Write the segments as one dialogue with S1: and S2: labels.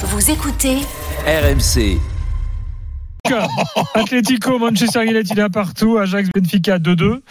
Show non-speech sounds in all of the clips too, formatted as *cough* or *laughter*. S1: Vous écoutez
S2: RMC.
S3: *laughs*
S4: Atlético, Manchester United un partout, Ajax, Benfica 2-2.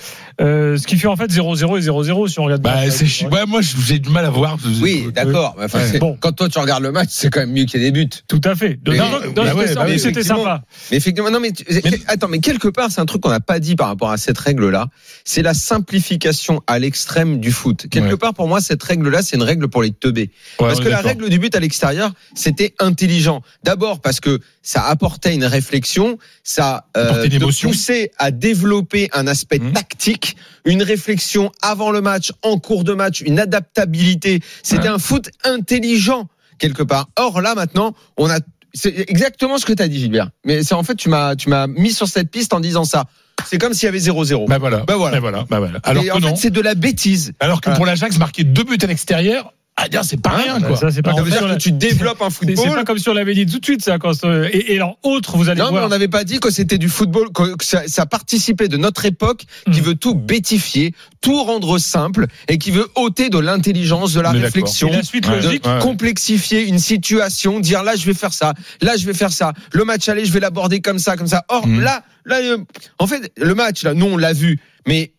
S4: Euh, ce qui fait en fait 0-0 et 0-0 si on regarde bien.
S3: Bah, c'est chi- ouais, moi, j'ai du mal à voir.
S5: Oui, d'accord. Mais enfin,
S4: Ouais.
S5: c'est-
S4: Bon.
S5: Quand toi tu regardes le match, c'est quand même mieux qu'il y ait des buts.
S4: Tout à fait. De-
S3: Mais-
S4: d'un- d'un-
S3: bah
S4: d'un-
S3: ouais,
S4: d'un-
S3: bah oui,
S4: c'était
S3: effectivement.
S4: sympa.
S5: Mais effectivement, non, mais, tu- attends, mais quelque part, c'est un truc qu'on n'a pas dit par rapport à cette règle-là. C'est la simplification à l'extrême du foot. Quelque
S3: Ouais.
S5: part, pour moi, cette règle-là, c'est une règle pour les teubés. parce que la règle du but à l'extérieur, c'était intelligent. D'abord parce que ça apportait une réflexion, ça euh,
S3: Apportait
S5: te
S3: l'émotion.
S5: poussait à développer un aspect
S3: Mhm.
S5: tactique, une réflexion avant le match, en cours de match, une adaptabilité. C'était
S3: Mhm.
S5: un foot intelligent quelque part. Or là maintenant, on a c'est exactement ce que tu as dit Gilbert. Mais c'est en fait tu m'as tu m'as mis sur cette piste en disant ça. C'est comme s'il y avait 0-0.
S3: Bah voilà.
S5: Bah voilà.
S3: Bah voilà. Bah voilà. Alors
S5: Et
S3: que
S5: en
S3: non.
S5: fait, c'est de la bêtise.
S3: Alors que pour l'Ajax, marquer deux buts à l'extérieur, ah, bien, c'est pas
S5: Hein
S3: rien,
S4: Bah,
S3: quoi.
S4: ça, c'est pas
S5: Ça
S4: comme
S5: veut
S4: si
S5: dire
S4: on l'a-
S5: que tu développes un
S4: C'est- C'est
S5: football
S4: pas comme si on l'avait dit tout de suite, ça. Quand, euh, et, et alors, autre, vous allez
S5: Non, mais
S4: voir.
S5: on n'avait pas dit que c'était du football, que que ça, ça participait de notre époque qui
S3: Hmm.
S4: Mm.
S5: veut tout bêtifier, tout rendre simple et qui veut ôter de l'intelligence, de la
S3: Mais d'accord.
S5: réflexion.
S4: Et la suite
S3: Ouais.
S4: logique,
S5: de complexifier une situation, dire là je vais faire ça, là je vais faire ça, le match aller je vais l'aborder comme ça, comme ça. Or
S3: Mm.
S5: là, là, euh, en fait, le match là, nous on l'a vu, mais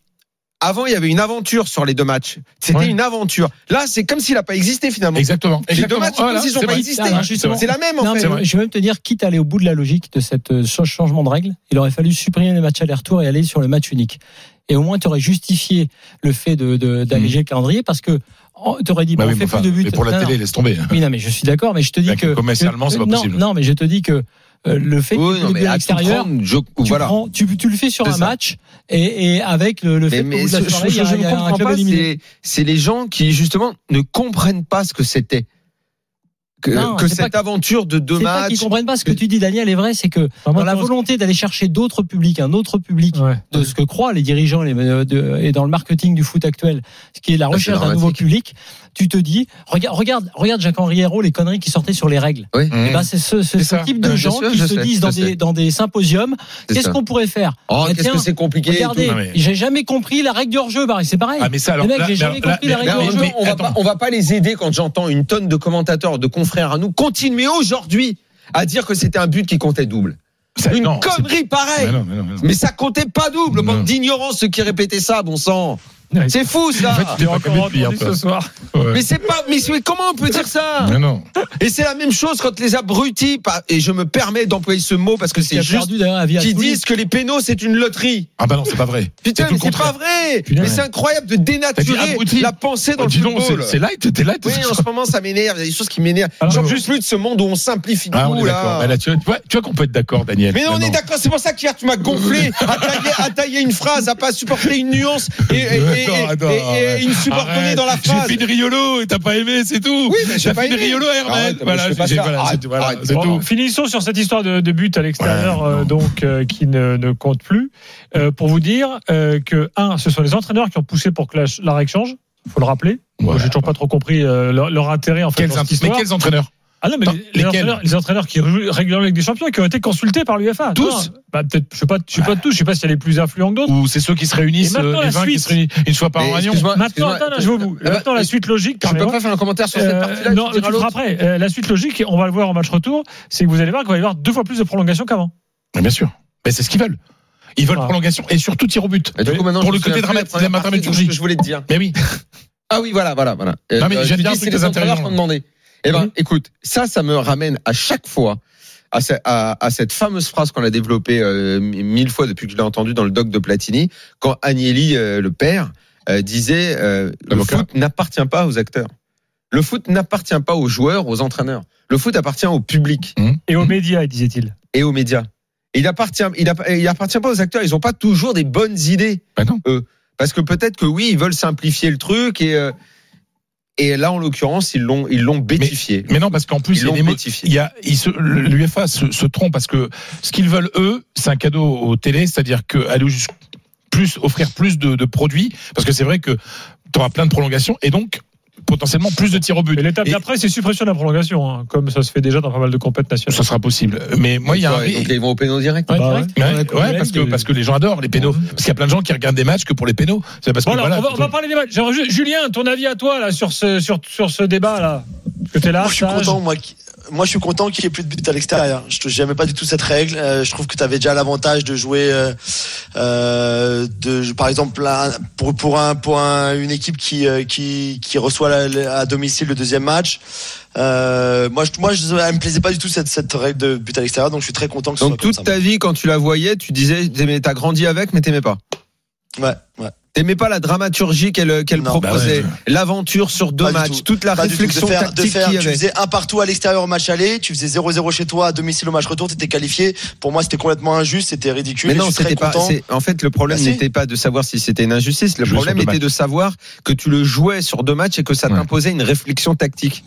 S5: avant il y avait une aventure sur les deux matchs. C'était
S3: Ouais.
S5: une aventure. Là c'est comme s'il n'a pas existé finalement.
S3: Exactement.
S5: Les deux
S3: Exactement.
S5: matchs, c'est
S3: Voilà,
S5: comme s'ils
S3: c'est
S5: n'ont pas
S3: vrai. bah.
S5: existé.
S6: Ah, justement.
S5: C'est la même en
S6: Non,
S5: fait.
S6: mais je vais même te dire, quitte à aller au bout de la logique de cette euh, ce changement de règle, il aurait fallu supprimer les matchs aller-retour et aller sur le match unique. Et au moins, tu aurais justifié le fait de- de- d'alléger le calendrier parce que tu aurais dit,
S3: Bah
S6: bon,
S3: oui,
S6: on fait
S3: mais enfin,
S6: plus de buts.
S3: mais pour
S6: Non,
S3: la
S6: non.
S3: télé, laisse tomber.
S6: Oui, non, mais je suis d'accord, mais je te dis
S3: Avec
S6: que.
S3: le commercialement, c'est pas
S6: que- non,
S3: possible.
S6: Non, mais je te dis que euh, le fait
S5: Oui,
S6: que tu le buts à
S5: à
S6: l'extérieur,
S5: comprendre, je-
S6: tu,
S5: voilà.
S6: prends- tu, tu le fais sur
S5: C'est
S6: un
S5: ça.
S6: match et, et avec le, le
S5: Mais,
S6: fait
S5: mais
S6: que vous
S5: ce, ce
S6: assurez,
S5: que
S6: il y a,
S5: je
S6: il y
S5: ne
S6: a un
S5: comprends
S6: club
S5: pas,
S6: éliminé.
S5: c'est- c'est les gens qui justement ne comprennent pas ce que c'était. Que,
S6: Non,
S5: que
S6: c'est
S5: cette
S6: pas-
S5: aventure de deux
S6: C'est pas qu'ils
S5: matchs,
S6: comprennent pas ce que tu dis, Daniel, est vrai, c'est que
S4: Enfin, moi,
S6: dans la
S4: je pense-
S6: volonté d'aller chercher d'autres publics, un autre public
S4: Ouais.
S6: de ce que croient les dirigeants les- euh, de- et dans le marketing du foot actuel, ce qui est la
S5: Ah, c'est
S6: recherche d'un
S5: dramatique.
S6: nouveau public, tu te dis, regarde, regarde, regarde Jacques-Henri Hérault, les conneries qui sortaient sur les règles.
S5: oui,
S3: Mmh.
S6: Eh ben, c'est ce, ce-
S5: C'est
S6: ce
S5: ça.
S6: type
S5: Euh, je
S6: de gens
S5: sais,
S6: qui
S5: je
S6: se
S5: sais,
S6: disent dans
S5: je
S6: des,
S5: sais.
S6: dans des symposiums,
S5: c'est
S6: qu'est-ce
S5: ça.
S6: qu'on pourrait faire
S5: Oh,
S6: Bah,
S5: qu'est-ce
S6: tiens,
S5: que c'est compliqué et tout.
S6: Regardez,
S3: Non, mais-
S6: j'ai jamais compris la règle du hors-jeu, Barry, c'est pareil.
S3: Ah, mais ça, alors.
S6: Les mecs,
S3: là-
S6: j'ai
S3: là-
S6: jamais compris
S3: là-
S6: la
S5: Mais en
S6: règle
S5: même
S6: du
S3: mais
S5: temps, on, va
S3: attends.
S5: pas, on va pas les aider quand j'entends une tonne de commentateurs, de confrères à nous continuer aujourd'hui à dire que c'était un but qui comptait double.
S3: Ça-
S5: Une
S3: non, c'est-
S5: connerie
S3: Mais
S5: pareille.
S3: non, mais non, mais non.
S5: Mais ça comptait pas double,
S3: Non.
S5: bande d'ignorance ceux qui répétaient ça, bon sang.
S4: Ouais.
S5: C'est fou ça.
S3: En fait, tu t'es
S4: J'ai
S3: pas
S4: encore
S3: calmé depuis
S4: entendu
S3: hier,
S4: ce
S3: toi.
S4: soir.
S3: Ouais.
S5: Mais c'est pas. Mais c'est- comment on peut dire ça
S3: Mais non.
S5: Et c'est la même chose quand les abrutis, pas- et je me permets d'employer ce mot parce que
S6: qui
S5: c'est
S6: a
S5: juste,
S6: perdu d'ailleurs la vie à
S5: qui
S6: Toulouse.
S5: disent que les pénaux c'est une loterie.
S3: Ah, bah non, c'est pas vrai.
S5: Putain,
S3: tout
S5: mais
S3: le
S5: c'est pas
S3: contraire.
S5: vrai
S3: Putain,
S5: Mais
S3: ouais.
S5: c'est incroyable de
S3: T'as dit
S5: dénaturer
S3: abruti
S5: la pensée dans
S3: Oh,
S5: le
S3: Dis donc, c'est-
S5: football.
S3: c'est light, t'es light.
S5: Oui, en ce moment ça m'énerve, il y a des choses qui m'énervent.
S4: Alors,
S5: J'en
S4: bon.
S5: peux juste plus de ce monde où on simplifie
S3: Ah, on
S5: tout
S3: est d'accord.
S5: là.
S3: Bah, là, tu vois- tu vois, tu vois qu'on peut être d'accord, Daniel.
S5: Mais non, on est
S3: Maintenant.
S5: d'accord, c'est pour ça qu'hier tu
S3: *laughs*
S5: m'as gonflé à tailler, à tailler une phrase, à pas supporter une nuance et, et, et- et-
S3: Attends, attends,
S5: et- et
S3: arrête.
S5: une subordonnée
S3: Arrête.
S5: dans la phrase.
S3: J'ai fait de Riolo et t'as pas aimé, c'est tout.
S5: Oui, mais j'ai
S3: T'as
S5: pas
S3: fait de
S5: aimé.
S3: Riolo et Herman.
S5: Bah, Arrête, mais je
S3: Voilà,
S5: fais pas
S3: j'ai-
S5: ça.
S3: voilà,
S5: Arrête,
S3: c'est voilà,
S5: arrête.
S3: c'est
S4: Bon,
S3: tout.
S4: Finissons sur cette histoire de, de but à l'extérieur,
S3: Ouais, non.
S4: euh, donc euh, qui ne, ne compte plus, Euh, pour vous dire euh, que un, ce sont les entraîneurs qui ont poussé pour que la, la règle change. Faut le rappeler. Moi,
S3: Voilà.
S4: J'ai toujours pas trop compris euh, leur, leur intérêt en fait.
S3: Quels
S4: dans cette
S3: int- Mais
S4: histoire.
S3: quels entraîneurs
S4: Ah non, mais
S3: Attends,
S4: les, les
S3: lesquels
S4: entraîneurs, les entraîneurs qui jouent régulièrement avec des champions et qui ont été consultés par l'UFA.
S3: Tous
S4: Bah peut-être. Je sais pas. Je sais pas tous. Je sais pas s'il y a les plus influents que d'autres.
S3: Ou c'est ceux qui se réunissent,
S4: Et maintenant,
S3: euh, les
S4: la
S3: 20 qui
S4: suite.
S3: se réunissent une fois par
S5: Mais
S3: an à Lyon
S5: excuse-moi,
S4: Maintenant,
S5: excuse-moi.
S4: attends, attends, je vous bout.
S5: Là-bas,
S4: Maintenant, la suite logique.
S5: Je peux
S4: pardonnez-moi.
S5: pas faire un commentaire sur cette
S4: Euh,
S5: partie-là.
S4: non,
S5: tu
S4: tu feras
S5: diras l'autre.
S4: après. Euh, la suite logique, on va le voir au match retour, c'est que vous allez voir qu'il va y avoir deux fois plus de prolongation qu'avant.
S3: Mais Bien sûr. Mais c'est ce qu'ils veulent. Ils veulent
S4: Ah.
S3: prolongation et surtout tir au but.
S5: Et du coup, maintenant,
S3: Pour
S5: je
S3: le
S5: me souviens
S3: côté
S5: plus la
S3: dramatique de la
S5: première partie de ce
S3: dramaturgie.
S5: que Je voulais te dire.
S3: Mais oui.
S5: Ah oui, voilà, voilà, voilà.
S3: Non, mais
S5: je
S3: j'aime
S5: te
S3: bien
S5: dis,
S3: un
S5: c'est
S3: truc
S5: les
S3: très
S5: entraîneurs qui
S3: intéressant.
S5: ont demandé. Eh ben,
S4: Mhm.
S5: écoute, ça, ça me ramène à chaque fois à, ce- à- à cette fameuse phrase qu'on a développée euh, mi- mille fois depuis que je l'ai entendue dans le doc de Platini, quand Agnelli, euh, le père, euh, disait euh, le
S3: L'avocat.
S5: foot n'appartient pas aux acteurs. Le foot n'appartient pas aux joueurs, aux entraîneurs. Le foot appartient au public
S4: Et aux
S3: Mhm.
S4: médias, disait-il.
S5: et aux médias. Et il appartient, il, app- il appartient pas aux acteurs. Ils n'ont pas toujours des bonnes idées.
S3: Bah non.
S5: Eux. Parce que peut-être que oui, ils veulent simplifier le truc et euh, Et là, en l'occurrence, ils l'ont, ils l'ont bétifié.
S3: Mais non, parce qu'en plus,
S5: Ils
S3: il y a
S5: l'ont
S3: des mo-
S5: bétifié.
S3: il y a, il se- l'UFA se, se trompe parce que ce qu'ils veulent, eux, c'est un cadeau aux télé, c'est-à-dire que aller jusqu- plus, offrir plus de, de produits, parce que c'est vrai que tu auras plein de prolongations et donc potentiellement plus de tirs au but.
S4: Et l'étape
S3: Et
S4: d'après, c'est suppression de la prolongation, hein, comme ça se fait déjà dans pas mal de compètes nationales.
S3: ça sera possible. Mais moi, il y a un.
S5: Donc, ils vont au pénal direct.
S6: Ouais,
S4: Bah
S6: direct.
S3: Ouais,
S6: Dans la
S3: ouais,
S6: Coupe de la
S3: parce que
S6: Ligue,
S3: parce que les gens adorent les pénaux. Parce qu'il y a plein de gens qui regardent des matchs que pour les pénaux. C'est parce que
S4: Bon, alors,
S3: voilà,
S4: on, va, on va parler des matchs. J'aimerais juste- Julien, ton avis à toi là, sur, ce, sur, sur ce débat là Parce que t'es là,
S7: Moi, je suis
S4: sage.
S7: content, moi. qui- Moi, je suis content qu'il n'y ait plus de but à l'extérieur. Je n'aimais pas du tout cette règle. Euh, je trouve que tu avais déjà l'avantage de jouer, euh, euh, de, par exemple, un- pour, pour, un, pour un- une équipe qui, euh, qui, qui reçoit la- la- à domicile le deuxième match. Euh, moi, je, moi, je, elle me plaisait pas du tout cette, cette règle de but à l'extérieur, donc je suis très content que ce
S5: Donc,
S7: soit
S5: toute
S7: comme ça.
S5: ta vie, quand tu la voyais, tu disais, t'aimais- t'as grandi avec, mais t'aimais pas.
S7: Ouais, ouais.
S5: T'aimais pas la dramaturgie qu'elle qu'elle
S7: Non, bah
S5: proposait, l'aventure sur deux
S7: Pas du
S5: matchs,
S7: tout.
S5: toute la
S7: Pas du tout.
S5: réflexion
S7: de faire, de
S5: tactique
S7: faire,
S5: qu'il y
S7: tu
S5: avait.
S7: faisais un partout à l'extérieur au match aller, tu faisais 0-0 chez toi à domicile au match retour, t'étais qualifié. Pour moi, c'était complètement injuste, c'était ridicule.
S5: Mais
S7: et
S5: non,
S7: je suis très
S5: c'était pas.
S7: content.
S5: c'est- En fait, le problème
S7: Bah, si.
S5: n'était pas de savoir si c'était une injustice. Le
S3: Jouer sur
S5: problème
S3: deux
S5: était
S3: matchs.
S5: de savoir que tu le jouais sur deux matchs et que ça
S3: Ouais.
S5: t'imposait une réflexion tactique.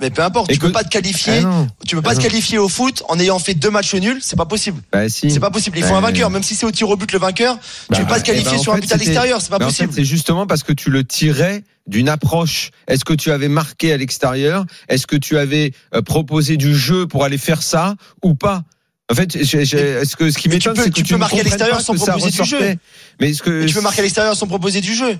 S7: Mais peu importe,
S5: Et
S7: tu
S5: que-
S7: peux pas te qualifier.
S5: Ah non.
S7: Tu peux pas
S5: Ah
S7: te
S5: non.
S7: qualifier au foot en ayant fait deux matchs nuls, c'est pas possible.
S5: Bah si.
S7: C'est pas possible. Il faut
S5: Ouais.
S7: un vainqueur, même si c'est au tir au but le vainqueur.
S3: Bah,
S7: tu peux pas te
S5: eh ben,
S7: qualifier
S5: en
S7: sur un
S5: fait,
S7: but à
S5: c'était-
S7: l'extérieur, c'est pas
S5: Mais en fait,
S7: possible.
S5: c'est justement parce que tu le tirais d'une approche. Est-ce que tu avais marqué à l'extérieur Est-ce que tu avais euh, proposé du jeu pour aller faire ça ou pas en fait, j'ai- j'ai- est-ce que ce qui
S7: Mais tu
S5: m'étonne,
S7: peux-
S5: c'est que
S7: tu
S5: tu
S7: peux
S5: ne
S7: marquer à
S5: comprennes
S7: l'extérieur
S5: pas
S7: sans
S5: que ça
S7: proposer du jeu.
S5: ressortait. Mais est-ce que
S7: Et tu peux marquer à l'extérieur sans proposer du jeu.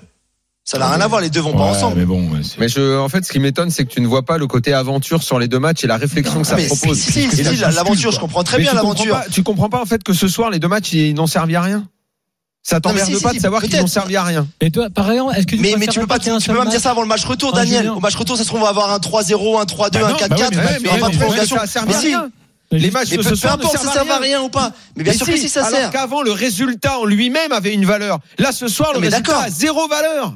S7: Ça n'a rien à voir, les deux vont
S3: Ouais,
S7: pas ensemble.
S3: Mais bon, ouais, c'est-
S5: Mais je, en fait, ce qui m'étonne, c'est que tu ne vois pas le côté aventure sur les deux matchs et la réflexion que ça
S7: mais
S5: propose.
S7: si, si, si,
S5: Parce que
S7: si,
S5: ça
S7: la-
S5: bouscule,
S7: l'aventure,
S5: quoi.
S7: je comprends très
S5: Mais
S7: bien
S5: tu comprends
S7: l'aventure.
S5: pas- Tu comprends pas en fait que ce soir, les deux matchs, ils n'ont servi à rien. Ça t'emmerde
S7: Non, mais si,
S5: pas
S7: si,
S5: de savoir qu'ils
S7: peut-être.
S5: n'ont servi à rien.
S6: Et toi, par exemple, est-ce que tu
S7: Mais, mais
S6: préférais
S7: tu peux pas,
S6: qu'il y ait un
S7: tu peux
S6: seul
S7: pas me dire ça avant le match retour,
S6: Ah,
S7: Daniel.
S6: Julien.
S7: Au match retour, ça se trouve, on va avoir un 3-0, un 3-2,
S3: Bah
S7: un
S3: non,
S7: 4-4,
S3: bah ouais, mais-
S7: on va
S3: mais- mais-
S7: prolongation.
S5: ça sert
S7: Mais
S5: à
S7: si,
S5: rien.
S6: match
S5: Les matchs
S7: mais
S5: de
S7: peu
S5: ce
S7: peu
S5: soir ne
S7: importe, ça
S5: servent
S7: sert
S5: à
S7: à
S5: rien.
S7: rien ou pas. Mais bien
S5: Mais
S7: sûr que si, ça
S5: Alors
S7: sert.
S5: qu'avant, le résultat en lui-même avait une valeur. Là, ce soir, le
S7: Mais
S5: résultat
S7: d'accord.
S5: a zéro valeur.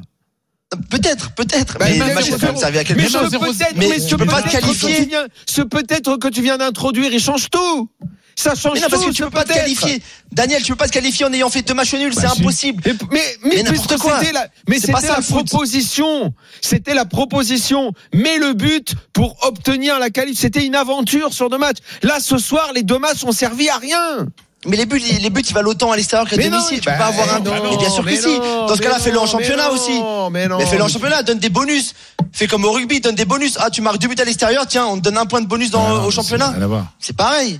S7: Peut-être, peut-être.
S5: Bah,
S7: Ben, Mais
S5: il a
S7: le match
S5: zéro.
S7: retour servait à quelque
S5: Mais
S3: Mais
S5: ce
S3: non,
S7: chose.
S3: zéro-
S5: peut-être,
S7: mais
S5: mais
S7: tu
S5: ce
S7: peux pas te
S5: peut-être que
S7: qualifier.
S5: tu viens- Ce peut-être que tu viens d'introduire, il change tout. Ça change
S7: Mais non, parce
S5: tout,
S7: que tu
S5: ce
S7: peux pas te
S5: peut-être.
S7: qualifier. Daniel, tu peux pas te qualifier en ayant fait deux matchs nuls,
S3: Bah,
S7: c'est
S3: si.
S7: impossible.
S5: Mais, mais, mais,
S7: Mais
S5: puisque
S7: n'importe quoi.
S5: c'était la, mais
S7: C'est pas
S5: c'était
S7: ça,
S5: la
S7: le foot.
S5: proposition. C'était la proposition. Mais le but pour obtenir la qualif, c'était une aventure sur deux matchs. Là, ce soir, les deux matchs ont servi à rien.
S7: Mais les buts, les buts, il valent autant à l'extérieur qu'à
S5: Mais
S7: domicile. tu
S5: bah,
S7: peux pas avoir un.
S5: non,
S7: mais bien sûr
S5: mais
S7: que si.
S5: non,
S7: Dans ce cas-là,
S5: mais
S7: fais-le en
S5: non,
S7: championnat
S5: mais
S7: aussi.
S5: non, Mais non.
S7: Mais fais-le en championnat, donne des bonus. Fais comme au rugby, donne des bonus. Ah, tu marques deux buts à l'extérieur, tiens, on te donne un point de bonus dans,
S3: Ah, mais
S7: au
S3: c'est
S7: championnat.
S3: rien à voir.
S7: C'est pareil.